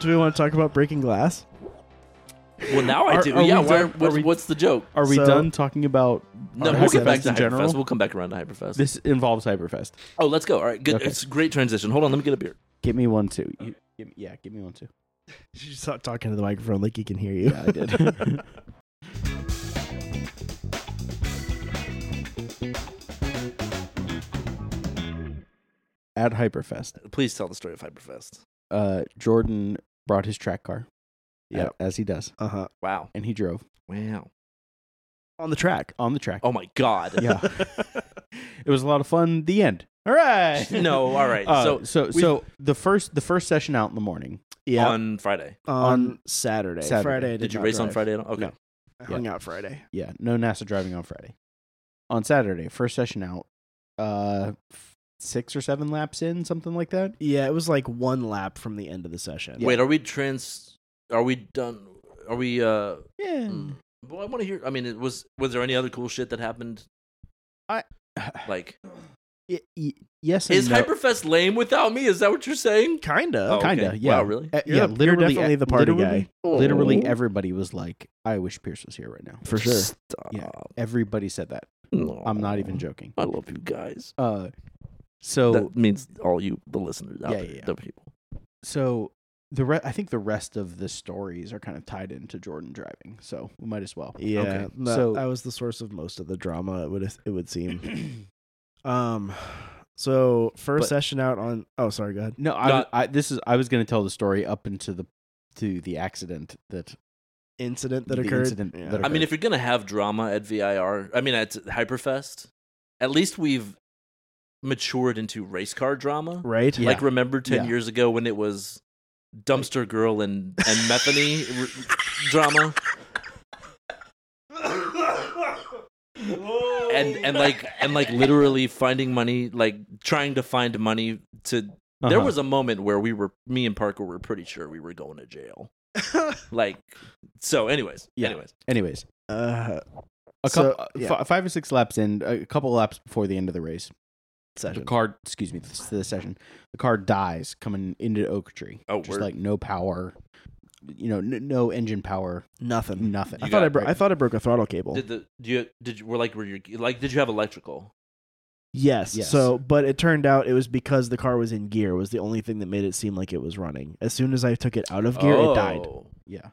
do we want to talk about breaking glass? Well, now I Are- do. are we yeah, done- where, are what's, we- what's the joke? Are we So- done talking about? No, our we'll get back Hyperfest to in Hyperfest. general? We'll come back around to Hyperfest. This involves Hyperfest. oh, let's go. All right, good. Okay. It's a great transition. Hold on, let me get a beer. Give me one too. You, give, me- yeah, give me one too. You stop talking to the microphone like he can hear you. Yeah, I did. At Hyperfest, Please tell the story of Hyperfest. uh, Jordan brought his track car. Yep. a- as he does, Uh huh. Wow. and he drove Wow. On the track. on the track. Oh my God. Yeah, it was a lot of fun. The end. All right. no. All right. Uh, so so we- so the first the first session out in the morning. Yeah. On, on Friday, on Saturday. Saturday. Friday. I Did, did you not race on drive. Friday? at all? Okay. No. I hung out Friday. Yeah, no NASA driving on Friday. On Saturday, first session out, uh, f- six or seven laps in, something like that. Yeah, it was like one lap from the end of the session. Wait, are we trans? Are we done? Are we? uh Yeah, mm, Well, I want to hear. I mean, it was was there any other cool shit that happened? I- like Y- y- yes, and is no. Hyperfest lame without me? Is that what you're saying? kind of. Oh, kinda, okay. yeah. Wow, really? Uh, You're yeah, the- you're literally, definitely the party literally, guy. Literally, Oh. everybody was like, "I wish Pierce was here right now." For sure. Stop. Yeah. Everybody said that. No. I'm not even joking. I love you guys. Uh, so that means all you, the listeners out Yeah, there, yeah, yeah. the people. so the re- I think the rest of the stories are kind of tied into Jordan driving, so we might as well. Yeah, Okay. that, So- that was the source of most of the drama. It would it would seem. um, so first But- session out on. Oh, sorry. Go ahead. No, I, Not- I this is I was going to tell the story up into the to the accident that Incident that The occurred. incident that I mean, Okay. if you're gonna have drama at VIR, I mean at Hyperfest, at least we've matured into race car drama. right. Yeah. Like remember ten Yeah. years ago when it was dumpster girl and and methany r- drama and and like and like literally finding money like trying to find money to there Uh-huh. was a moment where we were me and parker were pretty sure we were going to jail like so anyways Yeah. anyways anyways uh, a So, couple yeah. five or six laps in a couple laps before the end of the race the session. car excuse me the, the session the car dies coming into oak tree Oh, just word. like no power you know n- no engine power Nothing. nothing I You thought I, got- bro- I thought I broke a throttle cable. did the do you did you were like were you like did you have electrical Yes. Yes. So, but it turned out it was because the car was in gear was the only thing that made it seem like it was running. As soon as I took it out of gear, it died. Oh. yeah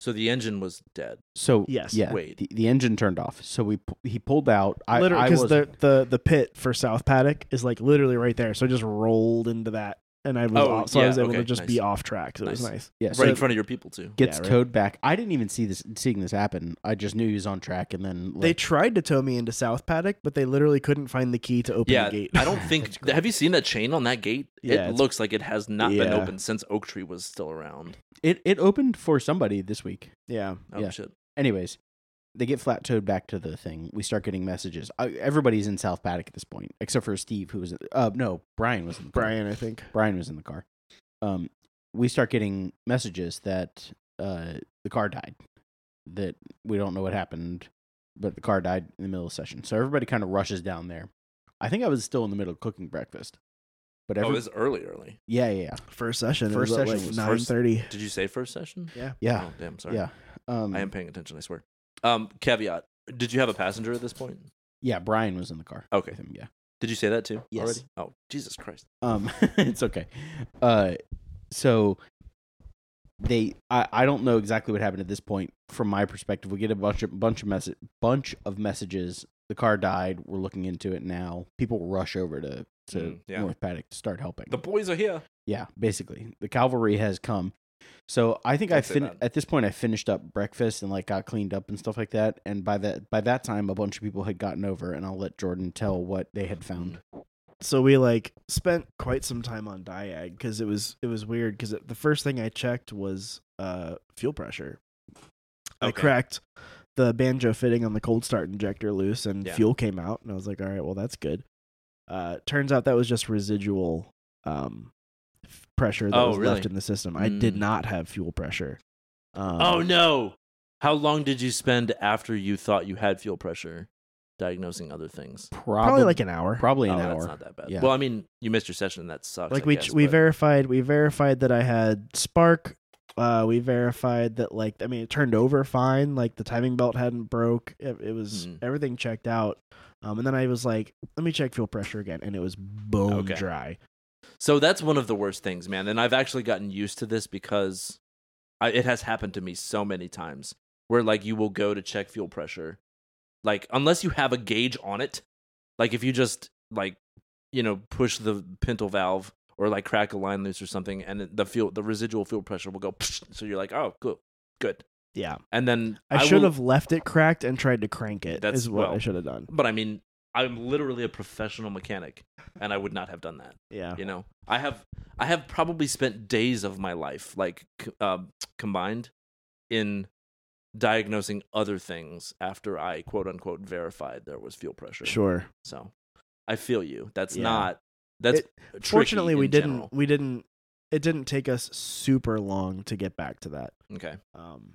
so the engine was dead so Yes. yeah Wait. the, the engine turned off so we pu- he pulled out i, Literally, I because was the, the the pit for South Paddock is like literally right there. So I just rolled into that, and I was Oh, off, so I yeah, was able to okay, just nice. be off track. So it was Nice. nice. yeah right so in front of your people too gets Yeah, right. towed back i didn't even see this seeing this happen i just knew he was on track and then They like, tried to tow me into South Paddock, but they literally couldn't find the key to open yeah the gate. i don't think have you seen that chain on that gate Yeah, it it's- looks like it has not been Yeah. open since oak tree was still around it, it opened for somebody this week yeah. oh Yeah. shit anyways, they get flat toed back to the thing. We start getting messages. I, everybody's in South Paddock at this point, except for Steve, who was uh no Brian was in the car. Brian, I think. Brian was in the car. Um, we start getting messages that uh the car died, that we don't know what happened, but the car died in the middle of session. So everybody kind of rushes down there. I think I was still in the middle of cooking breakfast, but oh every, it was early early yeah, yeah, yeah, First session. First First session session like was nine first- thirty. did you say first session yeah, oh damn sorry yeah. Um, i am paying attention i swear um caveat did you have a passenger at this point yeah. Brian was in the car. Okay. with him, yeah. did you say that too Yes. already oh jesus christ Um, it's okay. Uh, so they, I, I don't know exactly what happened at this point. From my perspective, we get a bunch of bunch of message bunch of messages. The car died. We're looking into it now. People rush over to to Mm, yeah. North Paddock to start helping. the boys are here yeah, basically, the cavalry has come. So I think I Don't say fin- that. at this point I finished up breakfast and like got cleaned up and stuff like that. And by that by that time, a bunch of people had gotten over, and I'll let Jordan tell what they had Mm. found. so we like spent quite some time on diag because it was it was weird because the first thing I checked was uh fuel pressure. I Okay. cracked the banjo fitting on the cold start injector loose and Yeah. fuel came out and I was like, all right, well that's good. Uh, turns out that was just residual um f- pressure that Oh, was really? left in the system. I did Mm. not have fuel pressure. Um, oh no how long did you spend after you thought you had fuel pressure diagnosing other things Probably, probably like an hour. probably an oh, hour. that's not that bad Yeah. well i mean you missed your session that sucks like I we guess, we but- verified we verified that I had spark Uh, we verified that, like, I mean, it turned over fine. Like, the timing belt hadn't broke. It, it was Mhm. everything checked out. Um, and then I was like, let me check fuel pressure again, and it was bone Okay. dry. So that's one of the worst things, man. And I've actually gotten used to this because I, it has happened to me so many times where like you will go to check fuel pressure. Like unless you have a gauge on it, like if you just like you know push the pintle valve or like crack a line loose or something and it- the fuel the residual fuel pressure will go so you're like, "Oh, cool. Good." Yeah, And then I, will- should have left it cracked and tried to crank it. That's- That's what well, I should have done. but I mean, I'm literally a professional mechanic and I would not have done that. Yeah, you know i have i have probably spent days of my life like c- uh, combined in diagnosing other things after i quote unquote verified there was fuel pressure sure. so i feel you that's Yeah. not that's It- tricky Fortunately, we in didn't. general. We didn't. It didn't take us super long to get back to that. okay Um,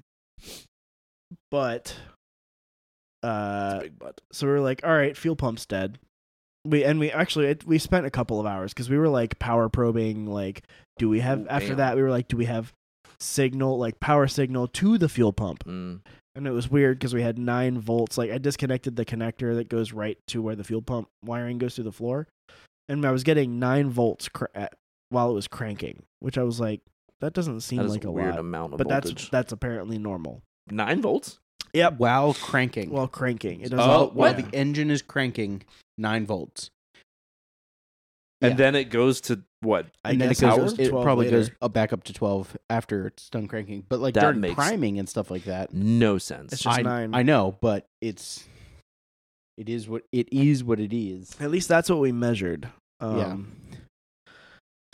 but uh, that's a big butt so we were like, all right, fuel pump's dead. We and we actually it, we spent a couple of hours because we were like power probing. Like, do we have Ooh, after damn. that? We were like, do we have signal like power signal to the fuel pump? Mm, And it was weird because we had nine volts. Like I disconnected the connector that goes right to where the fuel pump wiring goes through the floor, and I was getting nine volts cr- at- while it was cranking, which I was like, that doesn't seem that is like a a weird lot, amount of but that's voltage. that's apparently normal. nine volts Yep. While cranking. While cranking, it doesn't. While- Oh, while what? the engine is cranking, nine volts. and then it goes to what I and then it guess goes. hour? It 12 probably later. goes up back up to twelve after it's done cranking. But like That during makes- priming and stuff like that, no sense It's just I, nine. I know, but it's it is what it is what it is. At least that's what we measured. Um, yeah.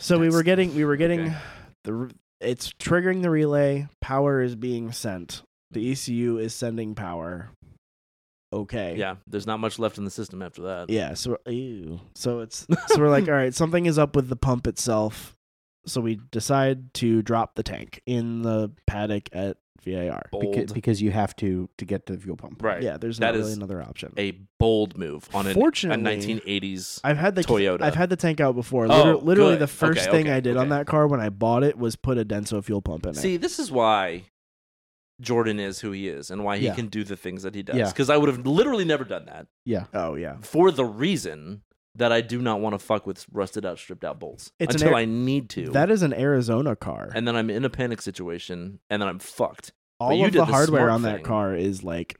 So we That's- were getting we were getting Okay. the re- it's triggering the relay. Power is being sent. The ECU is sending power. Okay. yeah there's not much left in the system after that Yeah. So ew. So it's so we're like, all right, something is up with the pump itself. So we decide to drop the tank in the paddock at VAR. bold Because, because you have to to get to the fuel pump. right Yeah, there's That not really is another option. a bold move on an a Fortunately, 1980s I've had the Toyota. I've had the tank out before. Oh, Liter- literally, good. the first Okay, thing okay, I did on okay. that car when I bought it was put a Denso fuel pump in it. See, this is why Jordan is who he is and why he Yeah. can do the things that he does. Yeah. Because I would have literally never done that Oh yeah, for the reason that I do not want to fuck with rusted out, stripped out bolts It's an until air- I need to. that is an Arizona car, and and then I'm in a panic situation and then I'm fucked. all you of did the the hardware smart on that thing. car is like.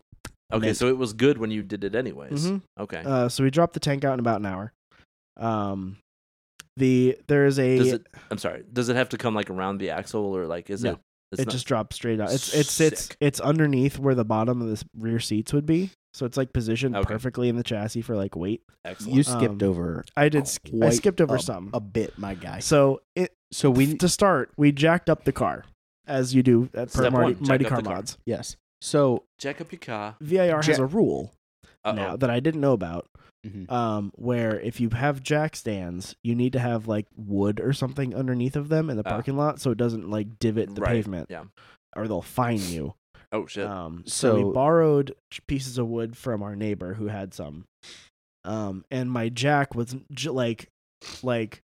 Okay, Mint. so it was good when you did it anyways. Mhm. Okay. Uh, so we dropped the tank out in about an hour. Um, the there is a Does it? I'm sorry. Does it have to come like around the axle or like is No. it? It's it not- just drops straight out. It's it's it's Sick. it's underneath where the bottom of the rear seats would be, so it's like positioned Okay. perfectly in the chassis for like weight. excellent. Uh, You skipped Um, over. I Oh, did sk- I quite skipped over a- some. a bit, my guy. so it, So we to start, we jacked up the car as you do at per Step Marty, one, jack Mighty up Car the car. Mods. yes. So Jack up your car. VIR has Jack- a rule Uh-oh. Mm-hmm. now that I didn't know about, mhm. um, where if you have jack stands, you need to have like wood or something underneath of them in the Ah. parking lot so it doesn't like divot the Right, pavement. yeah. Or they'll fine you. Oh shit. Um, so, we So- borrowed pieces of wood from our neighbor who had some. Um, and my jack was j- like, like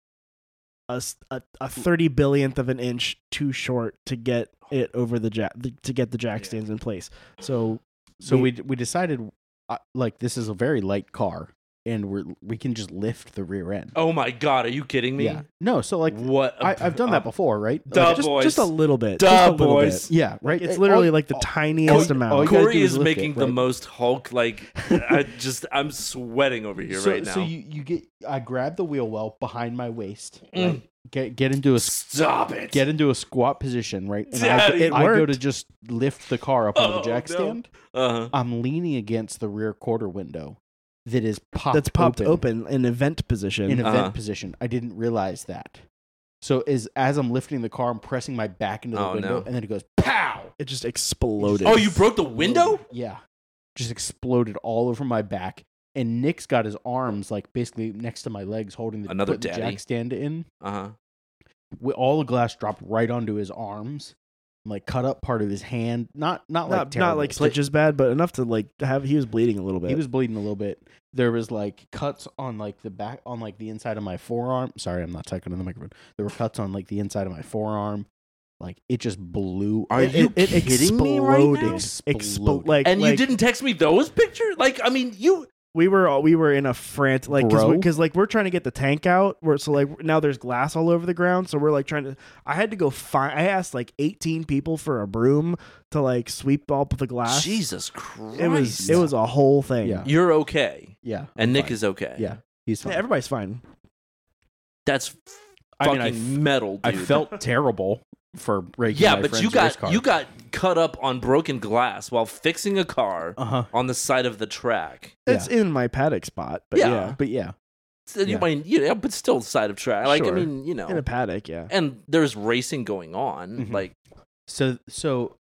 a, s- a- a thirty billionth of an inch too short to get it over the jack to get the jack Yeah. stands in place. So so we we decided uh, like this is a very light car, and we're we can just lift the rear end. oh my god. Are you kidding me? yeah. No. So like what? a- I, I've done that before, right? Duh, Like, just, boys. just a little bit, Duh, just a little boys. bit. yeah. Right. It's Uh, literally all- like the tiniest all- amount. all you gotta Corey do is lift making it, the right? most Hulk like I just I'm sweating over here so, right now. So you, you get I grab the wheel well behind my waist. Mm. Right? Get get into a s- Stop it. get into a squat position, right? And I, Daddy. go- It I go worked. to just lift the car up on Oh, the jack no. stand. uh-huh. I'm leaning against the rear quarter window that is popped That's popped open, in event position. in event Uh-huh. position. I didn't realize that. So is as I'm lifting the car, I'm pressing my back into the Oh, window, no. and then it goes pow. it just exploded. Oh, you broke the window? Yeah. Just exploded all over my back. And Nick's got his arms like basically next to my legs holding the, Another put the daddy. jack stand in. Uh-huh. With all the glass dropped right onto his arms. and, Like cut up part of his hand. Not not, like not, not terrible. like stitches bad, but enough to like have. He was bleeding a little bit. He was bleeding a little bit. There was like cuts on like the back on like the inside of my forearm. Sorry, I'm not talking on the microphone. There were cuts on like the inside of my forearm, Like it just blew. Are it, you it, it kidding me right now? exploded. Expo- Exploded. like, and you like, didn't text me those pictures. Like, I mean, you. we were all, we were in a frant like Bro. because like we're trying to get the tank out we're so like now there's glass all over the ground so we're like trying to i had to go find i asked like 18 people for a broom to like sweep up the glass Jesus Christ! it was it was a whole thing Yeah. You're okay, yeah, and Nick fine. is okay. yeah, he's fine. Yeah, everybody's fine that's I fucking mean, I f- metal. I Dude. felt terrible for breaking. Yeah, my but friend's you race got car. you got cut up on broken glass while fixing a car uh huh. on the side of the track. it's in my paddock spot but Yeah. yeah, But yeah, So you Yeah. mean, you know, but still side of track. Like Sure. I mean, you know, in a paddock yeah and there's racing going on. Mm-hmm. Mhm. Like so so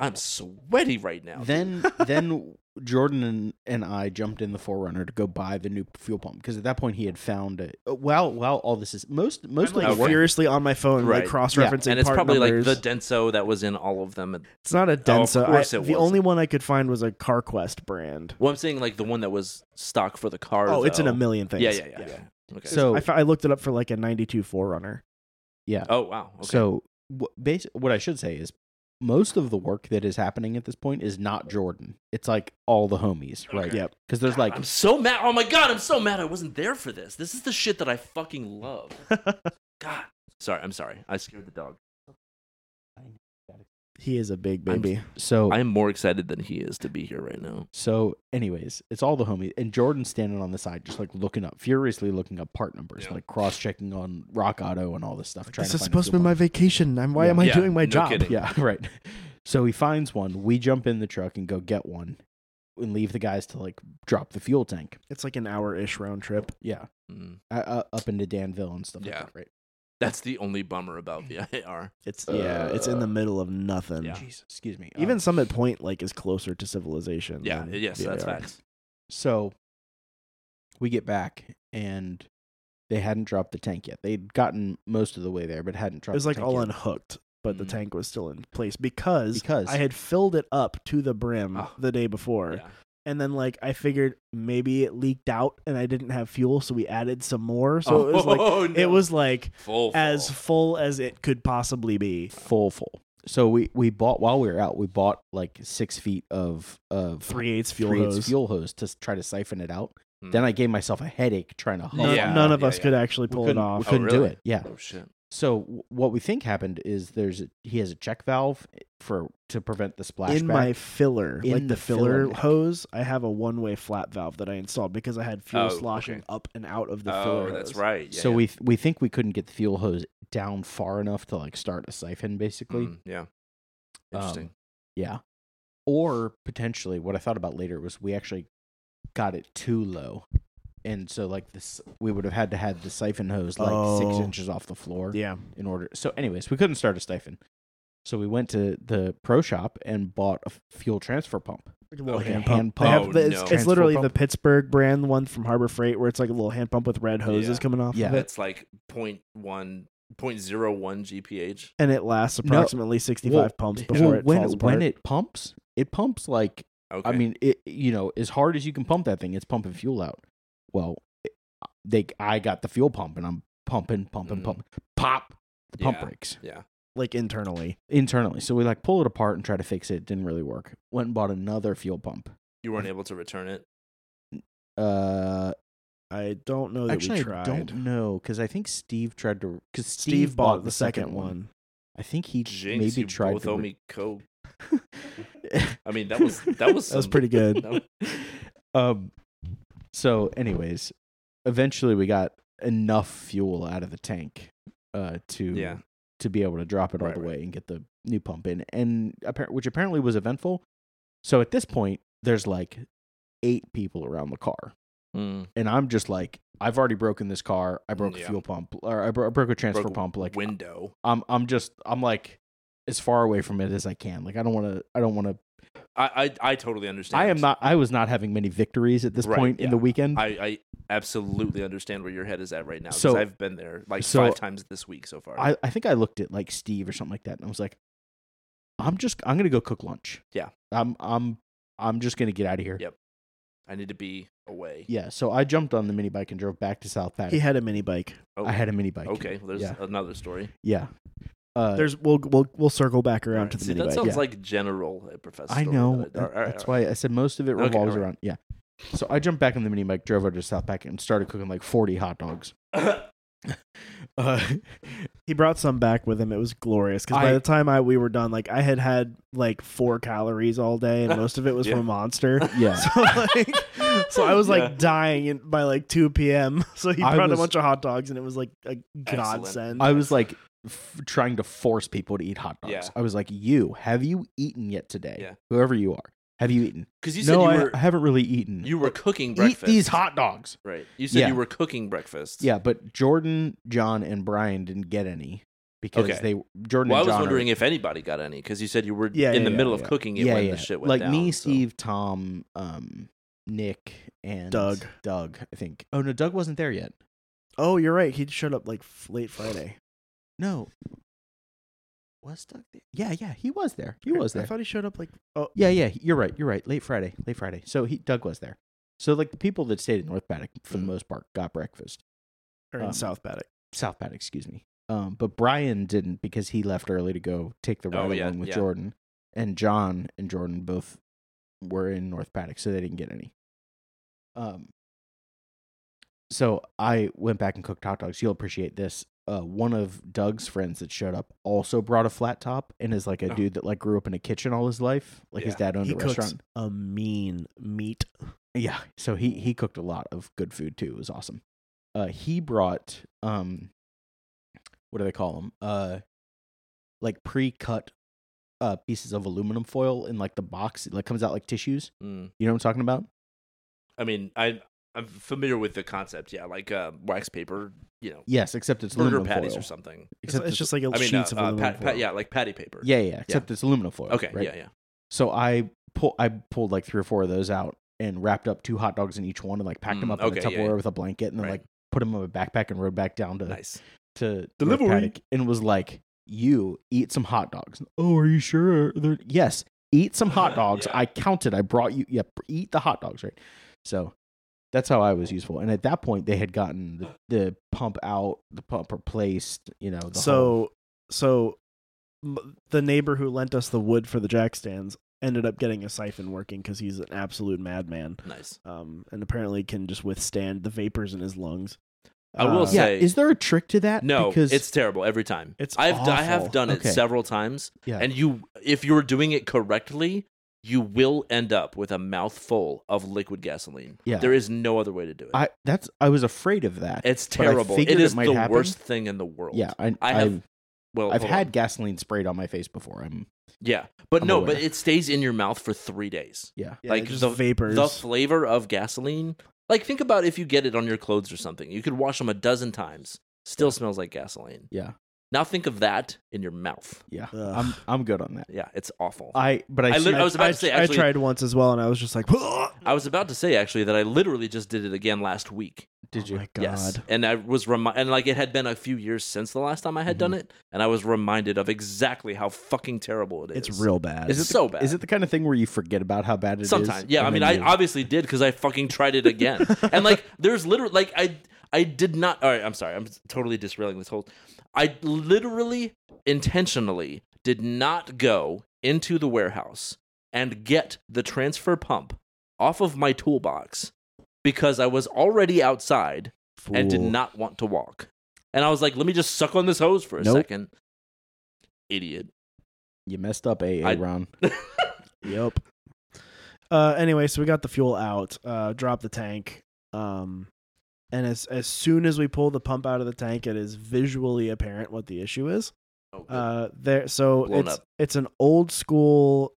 I'm sweaty right now. then then Jordan and, and I jumped in the Forerunner to go buy the new fuel pump because at that point he had found it. While while all this is most most I'm of like the Okay. work- furiously on my phone Right. like cross-referencing and it's part probably numbers. like the Denso that was in all of them. it's not a denso I- course the it wasn't. only one i could find was a carquest brand Well, I'm saying like the one that was stock for the car. oh it's in though. a million things Yeah, yeah, yeah. yeah. Okay. So- I, fo- I looked it up for like a 92 forerunner yeah. oh wow. Okay. So what bas- what I should say is most of the work that is happening at this point is not Jordan. It's like all the homies, right? Okay. Yep. Because there's like I'm so mad. Oh my god, I'm so mad. I wasn't there for this. This is the shit that I fucking love. God. Sorry. I'm sorry. I scared the dog. he is a big I'm- baby so I am more excited than he is to be here right now. So, anyways, it's all the homies, and Jordan's standing on the side, just like looking up, furiously looking up part numbers, Yeah. like cross checking on Rock Auto and all this stuff. trying this to is find a supposed to be coupon. my vacation. I'm, why Yeah. am I Yeah, doing my no job? kidding. Yeah, right. So he finds one. We jump in the truck and go get one, and leave the guys to like drop the fuel tank. It's like an hour ish round trip. Yeah, Mm. uh, uh, up into Danville and stuff. Yeah. like that, right. That's the only bummer about VIR. It's yeah, it's in the middle of nothing. Uh. Yeah. Jeez, excuse me. Even Um, Summit Point like is closer to civilization. Yeah. than Yes, that's VAR. facts. so, we get back and. They hadn't dropped the tank yet. They'd gotten most of the way there, but hadn't dropped. It was the like tank all yet. unhooked, but the Mhm. tank was still in place because, Because- Ah. I had filled it up to the brim Oh. the day before. Yeah. And then like I figured maybe it leaked out and I didn't have fuel, so we added some more. So it was like Oh, no. it was like full as full. full as it could possibly be. full full. So we we bought while we were out, we bought like six feet of of Three eights fuel three-eighths hose. fuel hose to s- try to siphon it out. Hmm. Then I gave myself a headache trying to haul None, it Yeah, out. none of yeah, us yeah. could actually pull we it couldn't, off. We couldn't do really? it. Yeah. Oh shit. So w- what we think happened is there's a, he has a check valve eh, for to prevent the splashback. in my filler, In like the, the filler filler neck. hose, I have a one-way flat valve that I installed because I had fuel Oh, sloshing okay. up and out of the filler. Oh, that's hose. right. Yeah, so yeah. we th- we think we couldn't get the fuel hose down far enough to like start a siphon basically. Mm, yeah. Um, Interesting. Yeah. Or potentially, what I thought about later was we actually got it too low, and so like this, we would have had to had the siphon hose like six Oh. inches off the floor Yeah, in order. So, anyways, we couldn't start a siphon, so we went to the pro shop and bought a fuel transfer pump. like a little Okay. hand Hand pump. They pump. have the- Oh, it's, no. it's Transfer literally pump. the Pittsburgh brand one from Harbor Freight, where it's like a little hand pump with red hoses Yeah. coming off. Yeah. of it, that's like point one, point zero one GPH. and it lasts approximately sixty-five Well, pumps well, before it when falls apart. when it pumps, it pumps like Okay. I mean, it you know, as hard as you can pump that thing, it's pumping fuel out. Well, it- they I got the fuel pump and I'm pumping, Mm-hmm. pumping, Mm. pumping, pop. The pump Yeah. breaks. yeah. like internally, internally. So we like pull it apart and try to fix it. it. Didn't really work. Went and bought another fuel pump. You weren't able to return it. Uh, I don't know Oh, that actually, we I tried. don't know because I think Steve tried to because Steve, Steve, bought, the second, one. I think he Jinx, maybe you tried both to. owe re- me coke. I mean, that was that was That was some- pretty good. that was- um. So, anyways, eventually we got enough fuel out of the tank, uh, to Yeah. to be able to drop it all Right, the right. way and get the new pump in, and appar- which apparently was eventful. So at this point, there's like eight people around the car. Mm. and I'm just like, I've already broken this car. I broke Yeah. a fuel pump, or I, bro- I broke a transfer Broke pump. Like, window. I'm, I'm just, I'm like, as far away from it as I can. Like, I don't want to, I don't want to. I, I I totally understand. I am not. I was not having many victories at this Right, point in the yeah. weekend. I, I absolutely understand where your head is at right now. 'cause So- I've been there like so- five times this week so far. I, I think I looked at like Steve or something like that, and I was like, I'm just, I'm gonna go cook lunch. Yeah. I'm, I'm, I'm just gonna get out of here. Yeah. I need to be away. Yeah. So I jumped on the mini bike and drove back to South Paddock. He had a mini bike. Oh, I had a mini bike. okay. Well, there's yeah. another story. Yeah. Uh, There's we'll we'll we'll circle back around Alright, to the see, mini that bike. sounds Yeah. like general uh, professor. I Story. know. Alright, that- alright, that's alright. why I said most of it Okay, revolves alright. around. Yeah. So I jumped back in the mini bike, drove over to South Pack, and started cooking like 40 hot dogs. Uh, he brought some back with him. It was glorious because by I- the time I we were done, like I had had like four calories all day, and most of it was Yeah. from Monster. yeah. So like, so I was like Yeah. dying in, by like two p.m. So he I brought was- a bunch of hot dogs, and it was like a godsend. I was like f- trying to force people to eat hot dogs. Yeah. I was like, you, have you eaten yet today? Yeah. Whoever you are, have you eaten? Because you said no, you I, were I haven't really eaten. you were cooking eat breakfast. these hot dogs. Right. You said Yeah. you were cooking breakfast. Yeah, but Jordan, John, and Brian didn't get any because Okay. they Jordan. Well, I and was John are- wondering if anybody got any because you said you were Yeah, in yeah, the middle yeah, of yeah. cooking it when the shit went like down. me, so- Steve, Tom, um, Nick, and Doug. Doug, I think. Oh no, Doug wasn't there yet. oh, you're right. He showed up like f- late Friday. No, was Doug there? Yeah, yeah, he was there. He Okay, was there. I thought he showed up like oh Yeah, yeah, you're right. You're right. Late Friday, late Friday. So he Doug was there. So like the people that stayed at North Paddock for the Mhm. most part got breakfast. or in Uh, Um, South Paddock. South Paddock, excuse me. Um, but Brian didn't because he left early to go take the Oh, ride along yeah, with yeah. Jordan. And John and Jordan both were in North Paddock, so they didn't get any. Um, so I went back and cooked hot dogs. You'll appreciate this. Uh, one of Doug's friends that showed up also brought a flat top and is like a Oh. dude that like grew up in a kitchen all his life. Like his Yeah. dad owned He a cooks restaurant. a mean meat. Yeah. So he he cooked a lot of good food too. It was awesome. Uh, he brought um, what do they call them? Uh, like pre-cut uh pieces of aluminum foil in like the box. It like comes out like tissues. Mm. You know what I'm talking about? I mean, I I'm familiar with the concept. Yeah, like uh, wax paper. You know, Yes, except it's burger aluminum patties foil. or something. It's, it's just like a I mean, uh, sheets of uh, aluminum. pat, pat, foil. yeah, like patty paper. yeah, yeah. Except it's aluminum foil. Okay. Right? Yeah. Yeah. So I pull I pulled like three or four of those out and wrapped up two hot dogs in each one and like packed them Mm, up in a okay, Tupperware yeah, yeah. with a blanket and then Right. like put them in my backpack and rode back down to Nice. to Delivery. delivery and was like, "You eat some hot dogs." Oh, are you sure? They're- yes, eat some hot dogs. Yeah. I counted. I brought you. Yep, eat the hot dogs. Right. So that's how I was useful. And at that point, they had gotten the, the pump out, the pump replaced. You know, the whole- so so m- the neighbor who lent us the wood for the jack stands ended up getting a siphon working because he's an absolute madman Nice. um, and apparently can just withstand the vapors in his lungs I will Uh, say- yeah, say- is there a trick to that? No, because it's terrible every time. It's I've awful. I have done it Okay. several times, Yeah. and you if you're doing it correctly, you will end up with a mouthful of liquid gasoline. Yeah. There is no other way to do it. I that's I was afraid of that. it's but I terrible. It figured it is might the happen. worst thing in the world. yeah, I, I have. I've, well, I've hold had on. gasoline sprayed on my face before. I'm Yeah, but I'm no, aware. but it stays in your mouth for three days. yeah. Yeah, Like, just the- vapors The flavor of gasoline. Like think about if you get it on your clothes or something. You could wash them a dozen times. Still smells like gasoline. Yeah, Now think of that in your mouth. yeah. Ugh. I'm I'm good on that. Yeah, it's awful. I but I, I lit- see- I was about to say, actually- I tried once as well and i was just like oh I was about to say actually that I literally just did it again last week. did you? my god Yes, and I was remi- and like it had been a few years since the last time I had done it, and I was reminded of exactly how fucking terrible it is. it's real bad Is it It's so bad. Is it the kind of thing where you forget about how bad it is? Sometimes, yeah. I and mean, then I you- obviously did because I fucking tried it again, and like there's literally like I I did not. All right, I'm sorry. I'm totally disrailing this whole. I literally intentionally did not go into the warehouse and get the transfer pump off of my toolbox because I was already outside and did Fool. not want to walk. And I was like, let me just suck on this hose for a Nope. second. Idiot. you messed up, AA I- Ron. Yep. Uh, anyway, so we got the fuel out, uh, drop the tank, um, and as as soon as we pull the pump out of the tank, it is visually apparent what the issue is. Oh, good. Uh, there, so Blown it's up. it's an old school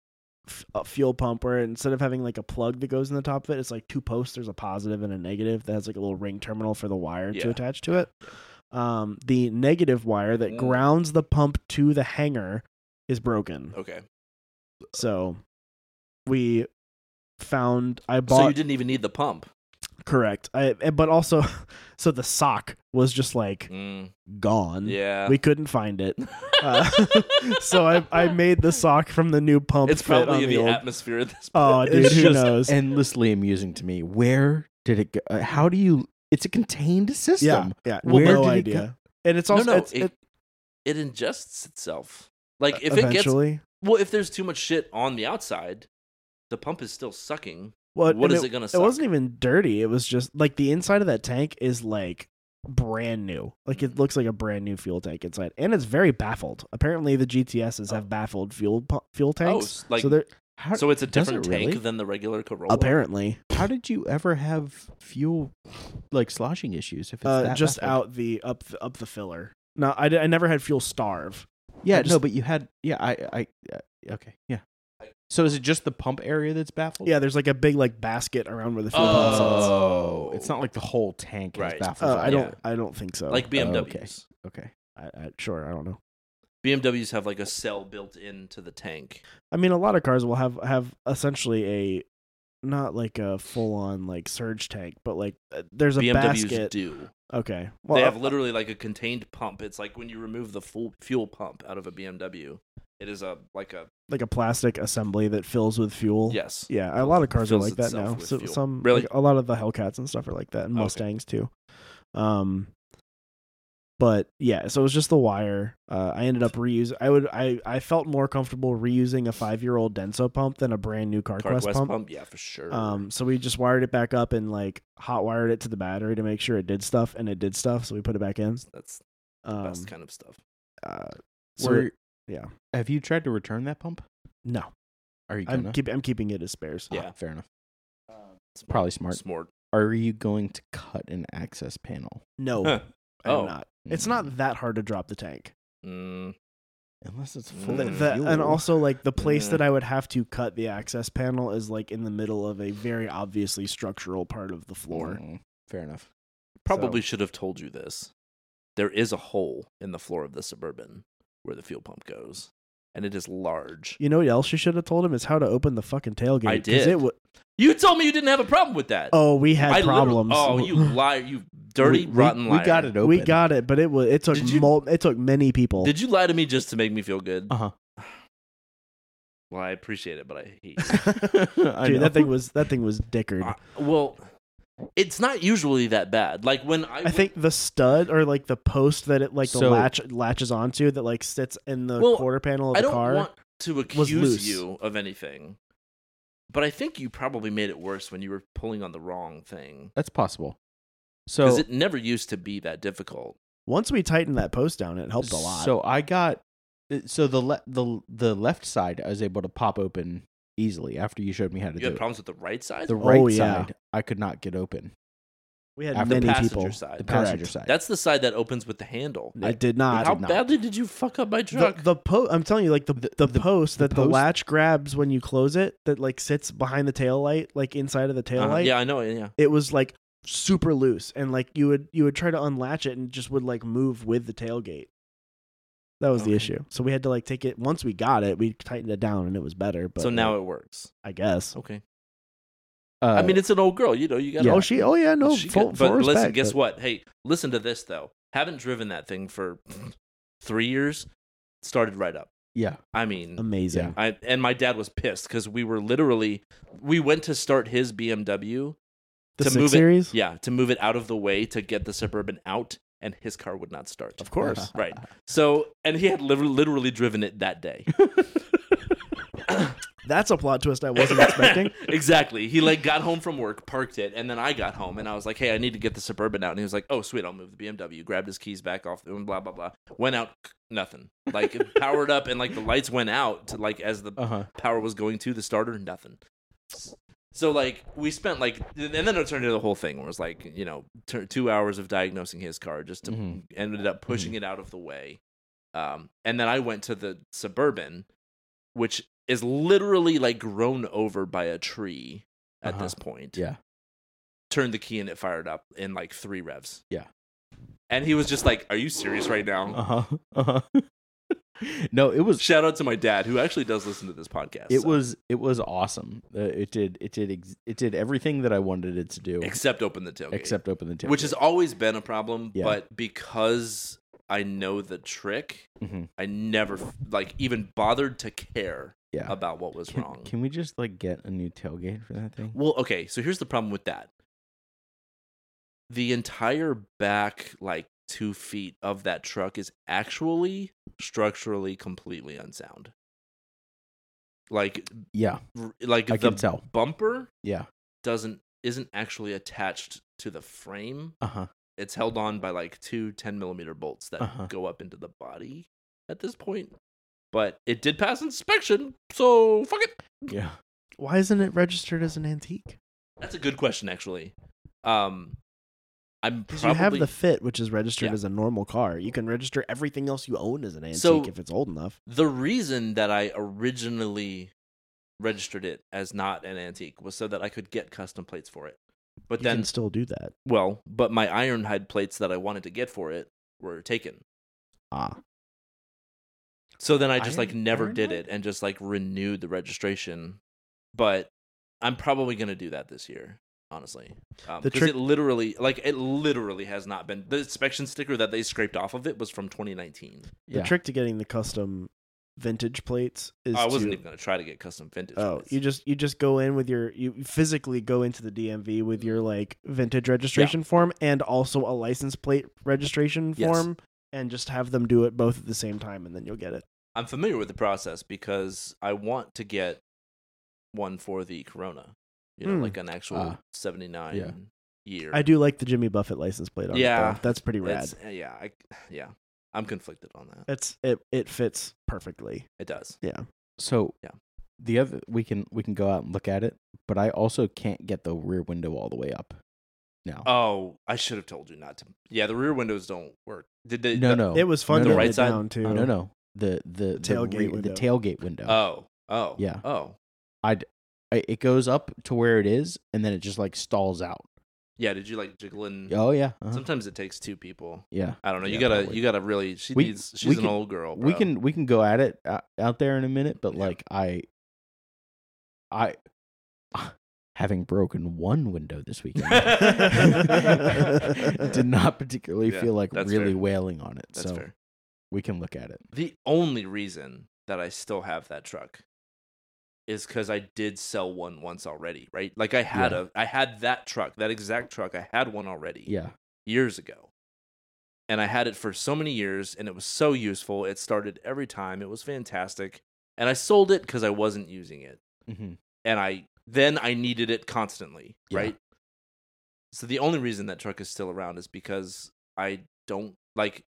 f- uh, fuel pump where instead of having like a plug that goes in the top of it, it's like two posts. There's a positive and a negative that has like a little ring terminal for the wire Yeah. to attach to it. Um, the negative wire that Mm. grounds the pump to the hanger is broken. okay. uh. So we found I so you bought didn't even need the pump. correct. I eh, but also so the sock was just like Mm, gone. yeah. We couldn't find it. Uh, so I I made the sock from the new pump. It's fit on probably in the, the, old. atmosphere at this point. Oh, dude, It's who just knows? endlessly amusing to me. Where did it go? uh, How do you? It's a contained yeah, system. yeah. Where no did it idea. And it's also no, no. it's, it, it- it ingests itself. Like if it gets eventually. well, if there's too much shit on the outside, the pump is still sucking. What, what and is it gonna It suck? wasn't even dirty. It was just like the inside of that tank is like brand new. Like it looks like a brand new fuel tank inside, and it's very baffled. Apparently, the GTSs have baffled fuel pu- fuel tanks. Oh. like- so they're How, so it's a does it different really? tank than the regular Corolla. apparently How did you ever have fuel like sloshing issues? If it's uh, that just baffled? out the up the, up the filler. No, I, d- I never had fuel starve. I Yeah, no, just- but you had yeah. I I uh, okay yeah. So is it just the pump area that's Oh. baffled? Yeah, there's like a big like basket around where the fuel pump sits. Oh, it's not like the whole tank Right. is baffled. Uh, I don't. Yeah. I don't think so. Oh, Like BMWs. Okay. I, I, sure, I don't know. BMWs have like a cell built into the tank. I mean, a lot of cars will have have essentially a not like a full on like surge tank, but like uh, there's a BMWs basket. do. Okay, they uh, have literally like a contained pump. It's like when you remove the full fuel pump out of a BMW, it is a like a like a plastic assembly that fills with fuel. yes. yeah. A lot of cars are Fills like that itself now. with So fuel. some Really? Oh, like, a lot of the Hellcats and stuff are like that, and Okay. Mustangs too. Um, but yeah, so it was just the wire. Uh, I ended up reuse. I would. I I felt more comfortable reusing a five year old Denso pump than a brand new Carquest CarQuest pump? pump. yeah, for sure. Um, so we just wired it back up and like hot wired it to the battery to make sure it did stuff, and it did stuff. So we put it back in. that's the Um, best kind of stuff. uh, so So, it- yeah. Have you tried to return that pump? no, Are you gonna? I'm keep I'm keeping it as spares. Yeah. Ah, fair enough. Um, It's Probably smart. Smart. Are you going to cut an access panel? No, Huh. Oh. I'm not. It's not that hard to drop the tank, Mm, unless it's full Mm. The- of the- fuel. and also like the place Yeah. that I would have to cut the access panel is like in the middle of a very obviously structural part of the floor. Mm, Fair enough. probably should have told you this. There is a hole in the floor of the suburban where the fuel pump goes, and it is large. You know what else you should have told him is how to open the fucking tailgate. 'cause did. It w- You told me you didn't have a problem with that. oh, we had I literally- problems. Oh, you liar! You dirty, we, rotten we, liar! we got it open. We got it, but it was it took Did you- mul- it took many people. Did you lie to me just to make me feel good? Uh huh. Well, I appreciate it, but I hate. you. Dude, Dude, that thing was that thing was dickered. Uh, well, it's not usually that bad. Like when I, I think the stud or like the post that it like the So- latch latches onto that like sits in the Well, quarter panel of I the don't car. want to loose. accuse you of anything, but I think you probably made it worse when you were pulling on the wrong thing That's possible. So because it never used to be that difficult. Once we tightened that post down, it helped a lot. So I got uh, so the le- the the left side I was able to pop open easily after you showed me how to You do had it. problems with the right side, The Oh, right yeah. side I could not get open. we had after the many passenger people. side. The Correct. passenger side. That's the side that opens with the handle. I did not. How did not. badly did you fuck up the, my truck? the po- I'm telling you, like the The- the, the- post that the post- latch grabs when you close it, that like sits behind the tail light, like inside of the tail Uh-huh. light. Yeah, I know. Yeah, It was like super loose, and like you would you would try to unlatch it, and it just would like move with the tailgate. That was Okay. the issue. So we had to like take it. Once we got it, we tightened it down, and it was better. But uh, so now like, it works. I guess. Okay. Uh, I mean, it's an old girl. You know, you got. Oh, she. Oh, yeah. No. She full, could- full but respect, listen, guess but- what? Hey, listen to this though. Haven't driven that thing for three years. Started right up. yeah. I mean, Amazing. Yeah. I and my dad was pissed because we were literally we went to start his BMW. The To six move it- series. Yeah, to move it out of the way to get the suburban out, and his car would not start. Of course. right. So, and he had literally, literally driven it that day. That's a plot twist I wasn't expecting. exactly. He like got home from work, parked it, and then I got home and I was like, "Hey, I need to get the suburban out." And he was like, "Oh, sweet, I'll move the BMW." Grabbed his keys back off, and blah blah blah. Went out, nothing. Like it powered up, and like the lights went out, to, like as the Uh Uh-huh. huh. power was going to the starter, nothing. So like we spent like, and then it turned into the whole thing where it was like you know tur two hours of diagnosing his car just to Mhm. ended up pushing it out of the way, um, and then I went to the suburban, which is literally like grown over by a tree at Uh-huh. this point. Yeah. Turned the key and it fired up in like three revs. Yeah. And he was just like, "Are you serious right now?" Uh huh. Uh huh. no, it was Shout out to my dad who actually does listen to this podcast. it so- was it was awesome. Uh, it did it did ex- it did everything that I wanted it to do except open the tailgate. except open the tailgate. which has always been a problem Yeah. but because i know the trick Mhm. i never like even bothered to care yeah. about what was Can, wrong can we just like get a new tailgate for that thing? well okay so here's the problem with that the entire back like two feet of that truck is actually structurally completely unsound. Like, Yeah, r- like I the can tell. bumper Yeah. doesn't isn't actually attached to the frame. Uh huh. It's held on by like two 10 millimeter bolts that Uh-huh. go up into the body at this point. But it did pass inspection, so fuck it. Yeah. Why isn't it registered as an antique? That's a good question, actually. Um, I'm Because probably you have the Fit, which is registered Yeah. as a normal car. You can register everything else you own as an antique So- if it's old enough. the reason that I originally registered it as not an antique was so that I could get custom plates for it. But you then can still do that. Well, but my Ironhide plates that I wanted to get for it were taken. Ah, So then I just like Iron- never did Ironhide? it and just like renewed the registration. But I'm probably going to do that this year, honestly. Um, The because trick- it literally like it literally has not been the inspection sticker that they scraped off of it was from 2019. the Yeah. trick to getting the custom vintage plates is Oh, I wasn't to- even going to try to get custom vintage. Oh, plates. you just you just go in with your you physically go into the DMV with Mm-hmm. your like vintage registration form and also a license plate registration Yes. form and just have them do it both at the same time and then you'll get it. I'm familiar with the process because I want to get one for the Corona. You know, Hmm. like an actual Ah. 79 Yeah. year. I do like the Jimmy Buffett license plate on it. Yeah. though. That's pretty rad. It's- uh, yeah, I, yeah. I'm conflicted on that. It's it it fits perfectly. It does. So Yeah. the other we can we can go out and look at it, but I also can't get the rear window all the way up. Now, Oh, I should have told you not to. Yeah, the rear windows don't work. Did they? no, Oh, the- no, It was fun no, to no, right Right it side? down too. no, no. The the tailgate the, rear- window. the tailgate window. Oh, oh, Yeah. oh. I, it goes up to where it is, and then it just like stalls out. Yeah. Did you like jiggle and? Oh yeah, uh-huh. Sometimes it takes two people. yeah. I don't know. You Yeah, gotta, probably. you gotta really. She We- needs. we She's an can- old girl. We bro. can we can go at it uh, out there in a minute, but Yeah. like I, I, having broken one window this weekend, did not particularly Yeah, feel like that's really fair. wailing on it. That's so fair. we can look at it. The only reason that I still have that truck is because I did sell one once already, right? Like I had Yeah. a, I had that truck, that exact truck. I had one already. Yeah. years ago. And I had it for so many years and it was so useful. It started every time. It was fantastic. And I sold it because I wasn't using it. Mm-hmm. And I then I needed it constantly, Yeah. right? So the only reason that truck is still around is because I don't like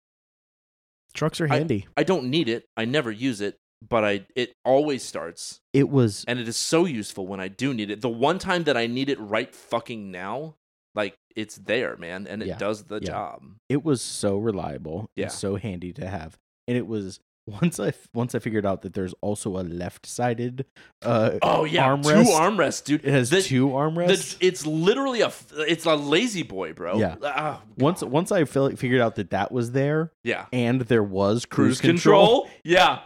Trucks are handy. I don't need it. I never use it, but I it always starts It was and it is so useful when I do need it. The one time that I need it right fucking now, like it's there, man, and it Yeah. does the Yeah. job. it was so reliable. Yeah. And so handy to have, and it was once I f- once I figured out that there's also a left sided. Uh, Oh yeah, armrest. two armrests, dude. it has The- two the- armrests. it's literally a f- it's a lazy boy, bro. Yeah. Ah, once once I fil- figured out that that was there yeah. and there was Cruise control. Yeah.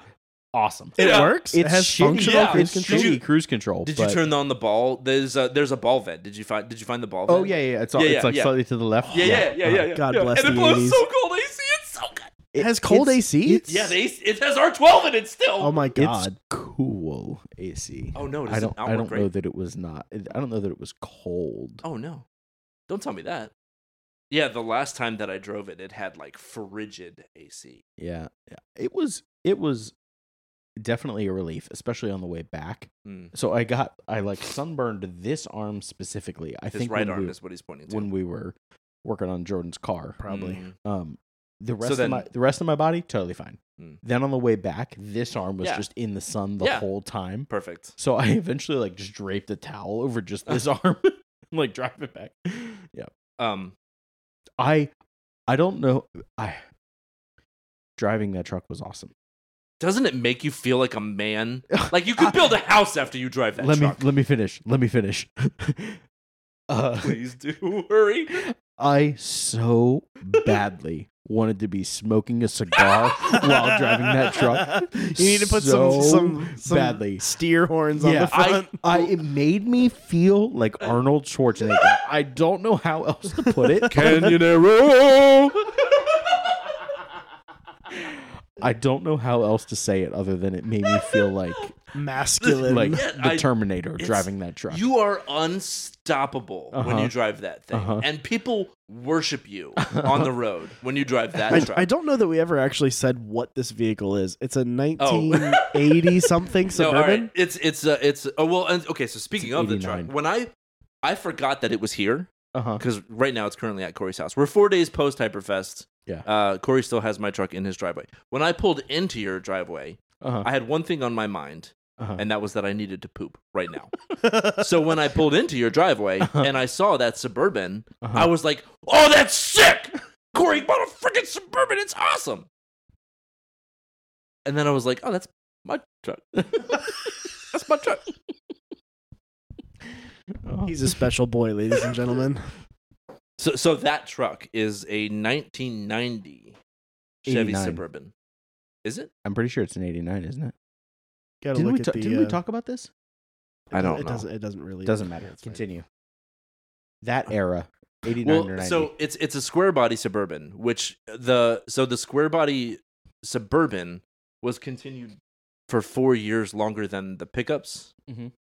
awesome. it Yeah. works. it It's has shitty. functional Yeah, cruise it's control. Did shitty you- cruise control. Did you but- turn on the ball? There's a there's a ball vent. Did you find Did you find the ball vent? Oh yeah, yeah, yeah. It's all, Yeah, yeah, it's like yeah. slightly to the left. Yeah, yeah, yeah, yeah. Oh, yeah. God yeah. bless And the it blows 80s. so cold AC. It's so good. It has cold it's- AC? it's- Yeah, the AC, it has R12 in it still. Oh my It's god. cool AC. Oh, no, it I doesn't don't. outward I don't know grade. that it was not. I don't know that it was cold. Oh no. Don't tell me that. Yeah, the last time that I drove it, it had like frigid AC. Yeah, yeah. It was. It was definitely a relief, especially on the way back. Mm. So I got. I like sunburned this arm specifically. I His think right when arm we, is what he's pointing to. when we were working on Jordan's car. Probably. Mm. Um, the rest then- of my the rest of my body totally fine. Mm. Then on the way back, this arm was Yeah. just in the sun the Yeah. whole time. Perfect. So I eventually like just draped a towel over just this arm and like drive it back. Yeah. Um, I I don't know I driving that truck was awesome. doesn't it make you feel like a man? Like you could build a house after you drive that let truck. me let me finish. Let me finish. uh, Please do hurry. I so badly wanted to be smoking a cigar while driving that truck. You need to put so some some, some badly. steer horns on Yeah, the I- front. I it made me feel like Arnold Schwarzenegger. I don't know how else to put it. Canyonero. I don't know how else to say it other than it made me feel like masculine. like Yeah, the I- Terminator it's- driving that truck. You are unstoppable when Uh-huh. you drive that thing, Uh-huh. and people worship you on the road when you drive that I, truck. I don't know that we ever actually said what this vehicle is. It's a 1980 something No, all right. suburban. It's it's uh, it's oh well. And, okay, so speaking It's of the 89. truck, when I I forgot that it was here uh-huh. because right now it's currently at Corey's house. We're four days post Hyperfest. Yeah. Uh, Corey still has my truck in his driveway. When I pulled into your driveway, Uh-huh. I had one thing on my mind, Uh-huh. and that was that I needed to poop right now. so when I pulled into your driveway and I saw that suburban, Uh-huh. I was like, "Oh, that's sick, Corey! What a freaking suburban! It's awesome!" And then I was like, "Oh, that's my truck. that's my truck." Oh. He's a special boy, ladies and gentlemen. So, so that truck is a 1990 Chevy 89. Suburban. Is it? I'm pretty sure it's an 89, isn't it? Gotta Didn't look we, at ta- the. didn't we uh, talk about this? it I don't doesn't- It know. doesn't. It doesn't really. Doesn't matter. That's fine. Continue. That era, 89 or Well, 90. so it's it's a square body Suburban, which the so the square body Suburban was continued for four years longer than the pickups. Mhm.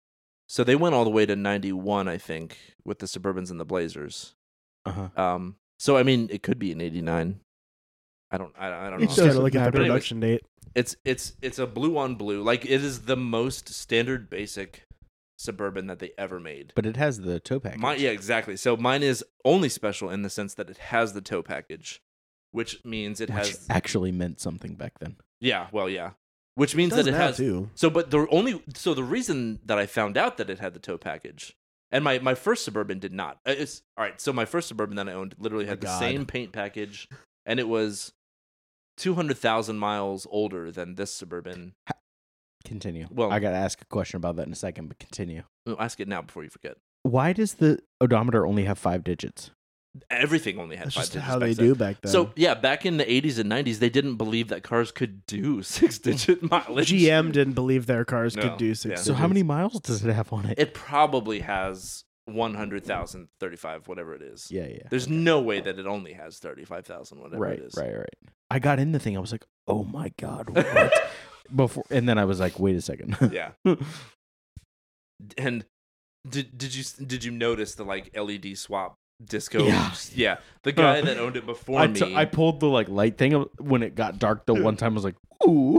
So they went all the way to 91, I think, with the Suburbans and the Blazers. uh-huh. Um, so I mean, it could be an '89. I don't. I, I don't You know. just gotta doesn't look at matter. the But anyways- production date. It's it's it's a blue on blue. Like it is the most standard basic suburban that they ever made. But it has the tow package. Mine, yeah, exactly. So mine is only special in the sense that it has the tow package, which means it which has. actually meant something back then. Yeah, well, yeah, which means that Does it now, has. too. So, but the only so the reason that I found out that it had the tow package, and my my first suburban did not. Uh, It's all right. So my first suburban that I owned Oh literally had My the God. same paint package, and it was two hundred thousand miles older than this suburban. Continue. Well- I got to ask a question about that in a second, but continue. Oh, ask it now before you forget. Why does the odometer only have five digits? Everything only had That's five just digits how back they then. do back then. So yeah, back in the eighties and nineties, they didn't believe that cars could do six digit mileage. GM didn't believe their cars No. could do six. Yeah. So how digits. many miles does it have on it? It probably has one hundred thousand, thirty-five, whatever it is. yeah, yeah. Therever There's no way that it only has 35,000, whatever right, it is. right, right. I got in the thing. I was like, "Oh my god!" What? Before, and then I was like, "Wait a second. yeah. And did did you did you notice the like LED swap disco? Yeah. Yeah. The guy that owned it before I, me. t- I pulled the like light thing when it got dark. The one time I was like, "Ooh,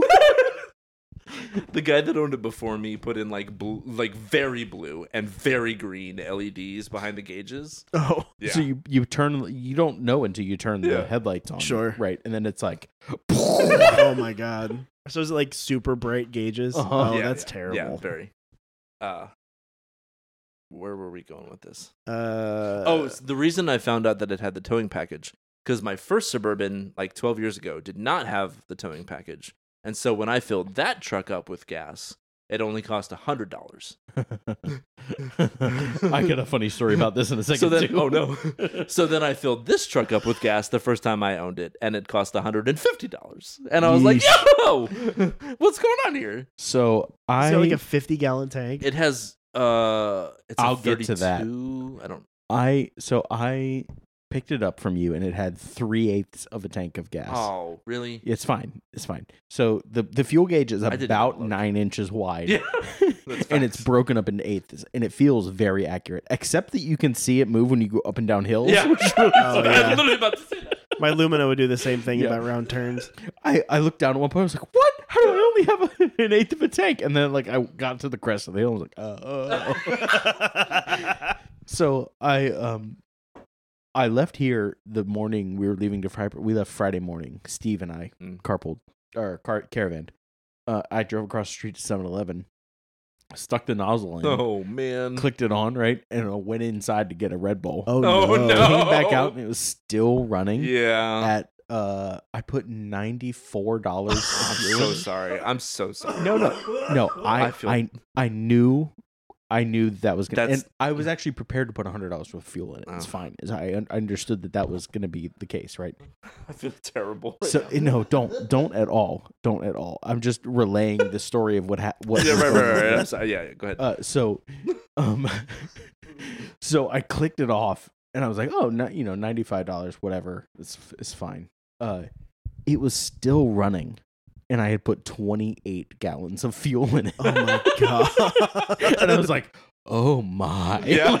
the guy that owned it before me put in like blue, like very blue and very green LEDs behind the gauges. Oh, Yeah. So you you turn you don't know until you turn the Yeah. headlights on. Sure. Right. And then it's like oh my god. So is it like super bright gauges? Uh-huh. Oh, Yeah, that's yeah, Yeah, terrible. very. Uh, where were we going with this? uh, oh, it's the reason I found out that it had the towing package because my first Suburban, like 12 years ago, did not have the towing package, and so when I filled that truck up with gas, it only cost hundred dollars. I got a funny story about this in a second. So then, too. oh no. So then I filled this truck up with gas the first time I owned it, and it cost hundred and fifty dollars. And I was like, "Yo, what's going on here?" So Is I it like a 50 gallon tank? It has uh, it's a I'll get to that. 32 I don't. I so I picked it up from you and it had three eighths of a tank of gas. Oh, really? It's fine. It's fine. So the the fuel gauge is I did not about look. nine inches wide. Yeah. That's and it's facts. broken up into eighths, and it feels very accurate, except that you can see it move when you go up and down hills. Yeah. which is really Oh, I was yeah. literally about to say that. My Lumina would do the same thing Yeah. about round turns. I, I looked down at one point. I was like, "What? How do I only have a, an eighth of a tank?" And then like I got to the crest of the hill. I was like, "Oh." so I um I left here the morning we were leaving to Fry. We left Friday morning. Steve and I Mm. carpooled or car caravan. Uh, I drove across the street to 7-Eleven, stuck the nozzle in, Oh man. clicked it on right, and I went inside to get a Red Bull. Oh, Oh, no. no. Came back out and it was still running. Yeah. At uh, I put ninety four dollars. I'm so sorry. I'm so sorry. No, no, no. I, I, I feel- I, knew, I knew that was gonna. That's- And I was actually prepared to put hundred dollars worth of fuel in it. It's Oh. fine. It's- I un- understood that that was gonna be the case, right? I feel terrible. right So now. no, don't, don't at all, don't at all. I'm just relaying the story of what ha- what. Yeah, was right, going right, right. on. I'm sorry. Yeah, yeah, go ahead. Uh, so, um, so I clicked it off, and I was like, oh, no, you know, ninety five dollars, whatever, it's it's fine. Uh, it was still running and I had put 28 gallons of fuel in it. Oh my god. and I was like, oh my. Yeah.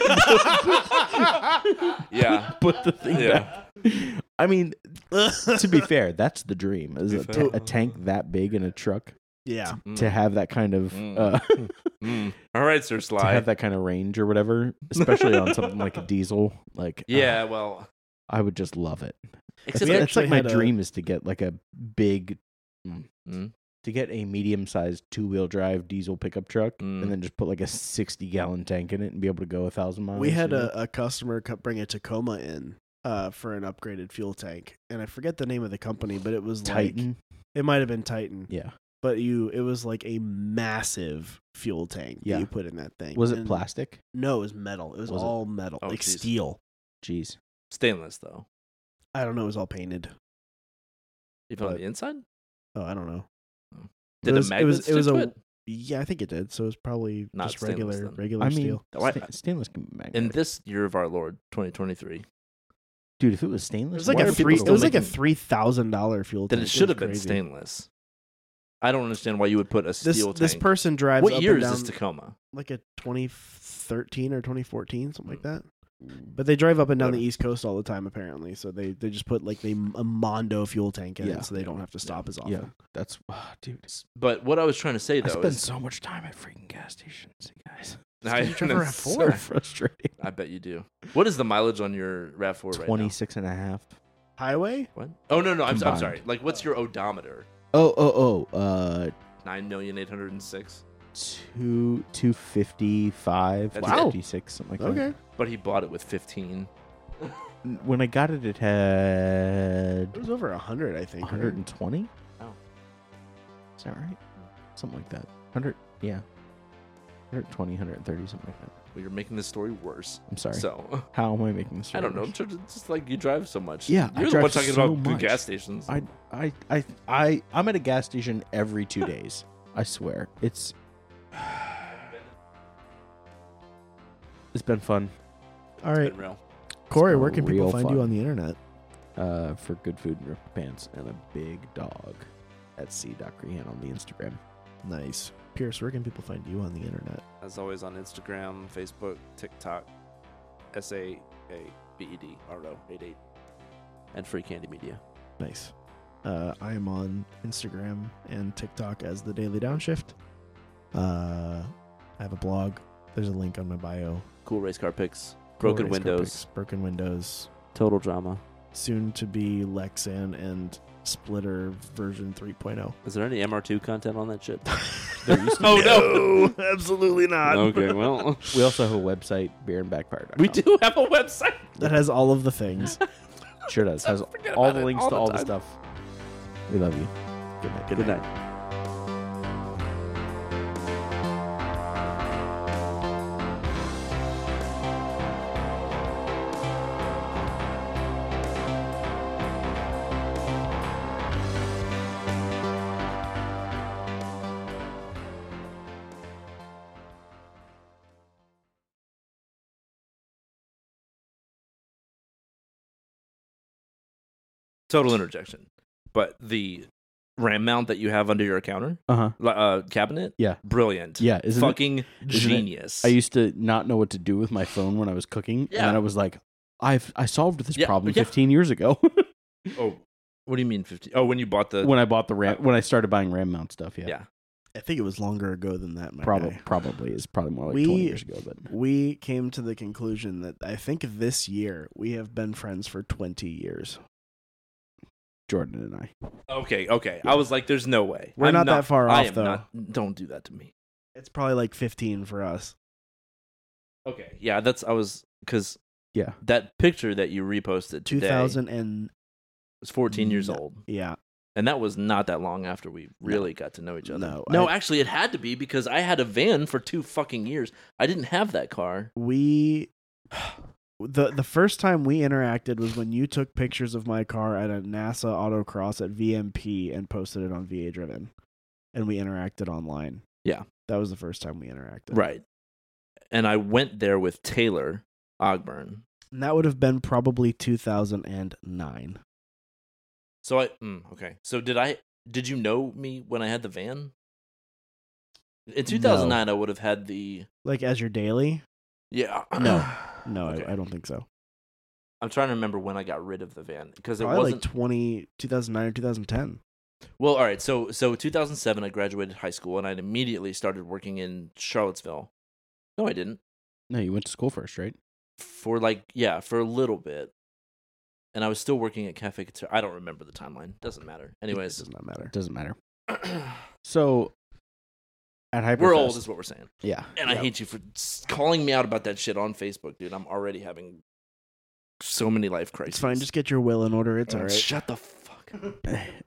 Like, Yeah. Put the thing Yeah. down. I mean, to be fair, that's the dream. Is be a, ta- fair. a tank that big in a truck yeah. to have that kind of Mm. uh, Mm. All right, Sir to Sly. have that uh, kind of range or whatever, especially on something like a diesel. Like, uh, yeah, well, I would just love it. except It's, we that- it's like actually my had a- dream is to get like a big, Mm. to get a medium sized two wheel drive diesel pickup truck, Mm. and then just put like a sixty gallon tank in it and be able to go a thousand miles. We had you know? a, a customer co- bring a Tacoma in uh, for an upgraded fuel tank, and I forget the name of the company, but it was Like, Titan. it might have been Titan, yeah. but you it was like a massive fuel tank Yeah. that you put in that thing. Was it And- plastic? No, it was metal. It was, Was it? all metal, Oh, like jeez. steel. Jeez. stainless though. I don't know. It was all painted. Even on But- the inside, Oh, I don't know. did was- it a magnet was- it stick was to a- it? Yeah, I think it did. So it was probably Not just stainless, regular, then. regular I mean, steel. Why- sta- stainless can be magnetic. In this year of our Lord, 2023, Dude, if it was It stainless, was like why a are people three. It still was like a making- three thousand dollar fuel then tank. it should was have been crazy. stainless. I don't understand why you would put a This steel this tank. person drives. what up year and is down, this Tacoma? like a 2013 or 2014 something like Hmm. that but they drive up and down the Whatever. east coast all the time apparently so they they just put like they a mondo fuel tank in Yeah. it so they don't have to stop as often Yeah, that's ah, dude. But what I was trying to say I though spend is, so much time at freaking gas stations, you guys. I, Did you drive a that's RAV4? so- So frustrating. I bet you do. What is the mileage on your Rav4 right now? 26 and a half. highway What? Oh no no, I'm, I'm Combined. sorry. Like, what's your odometer? Oh, oh, oh. Uh, Nine million eight hundred and six. two, 255, That's it. 256, something like okay But he bought it with fifteen. that. When I got it, it had it was over 100 i think right? 120. Oh. Is that right? Something like that. 100, yeah. 120, 130, something like that. Well, you're making this story worse. I'm sorry. So How am I making this? I don't know. worse? I'm sure it's just like you drive so much. Yeah, I you're the drive one talking so about much. the gas stations. I, I, I, I, I'm at a gas station every two days. I swear, it's. It's been fun. all right Unreal. corey been where can people real find fun. you on the internet Uh, for good food and ripped pants and a big dog at c.crehan on the Instagram. nice pierce where can people find you on the internet As always on Instagram, Facebook, TikTok, S A A B E D R O eight eight, and Free Candy Media. nice uh, i am on instagram and tiktok as the daily downshift uh, i have a blog there's a link on my bio Cool race car picks. Broken Corey's Car windows. Picks, broken windows Total drama. soon to be Lexan and Splitter version oh. 3.0. Is there any MR2 content on that shit? oh no, absolutely not. okay, well, We also have a website, beerandbackfire.com. we do have a website. That has all of the things. Sure does. Has Forget all about the it links all to the all the time. stuff. We love you. Good night. Good night. Total interjection. But the RAM mount that you have under your counter Uh huh. li- uh, cabinet. Yeah. Brilliant. Yeah. Isn't it- Fucking isn't it- genius. I used to not know what to do with my phone when I was cooking, Yeah. and then I was like, "I've I solved this Yeah, problem yeah. 15 years ago oh, what do you mean 50? Oh, when you bought the. when I bought the RAM when I started buying RAM mount stuff." Yeah, Yeah. I think it was longer ago than that. My probably guy. probably is probably more like We- 20 years ago, but We came to the conclusion that I think this year we have been friends for 20 years. Jordan and I. okay, okay. I was like, there's no way. We're I'm not that far I off, am though. not. Don't do that to me. It's probably like 15 for us. Okay. Yeah, that's. I was. Because Yeah, that picture that you reposted today 2000 and was 14 years No. old. yeah, And that was not that long after we really got to know each other. No, no I- actually, it had to be because I had a van for two fucking years. I didn't have that car. we the the first time we interacted was when you took pictures of my car at a NASA autocross at VMP and posted it on VA Driven, and we interacted online. Yeah. that was the first time we interacted. Right. And I went there with Taylor Ogburn. and that would have been probably two thousand and nine. So I mm, okay. So did I did you know me when I had the van? In 2009, I would have had the Like as your daily? yeah. No. No, Okay. I, I don't think so. I'm trying to remember when I got rid of the van because it Probably wasn't like 20, 2009 or 2010. Well, all right. So, so 2007, I graduated high school, and I immediately started working in Charlottesville. No, I didn't. No, you went to school first, right? For like, yeah, for a little bit, and I was still working at Cafe Couture. I don't remember the timeline. Doesn't matter. It Anyways, does not matter. It doesn't matter. So at Hyperfest, we're old, is what we're saying. yeah, And I hate you for s- calling me out about that shit on Facebook, dude. I'm already having so many life crises. It's fine. Just get your will in order. It's all right. Shut the fuck. up. hate.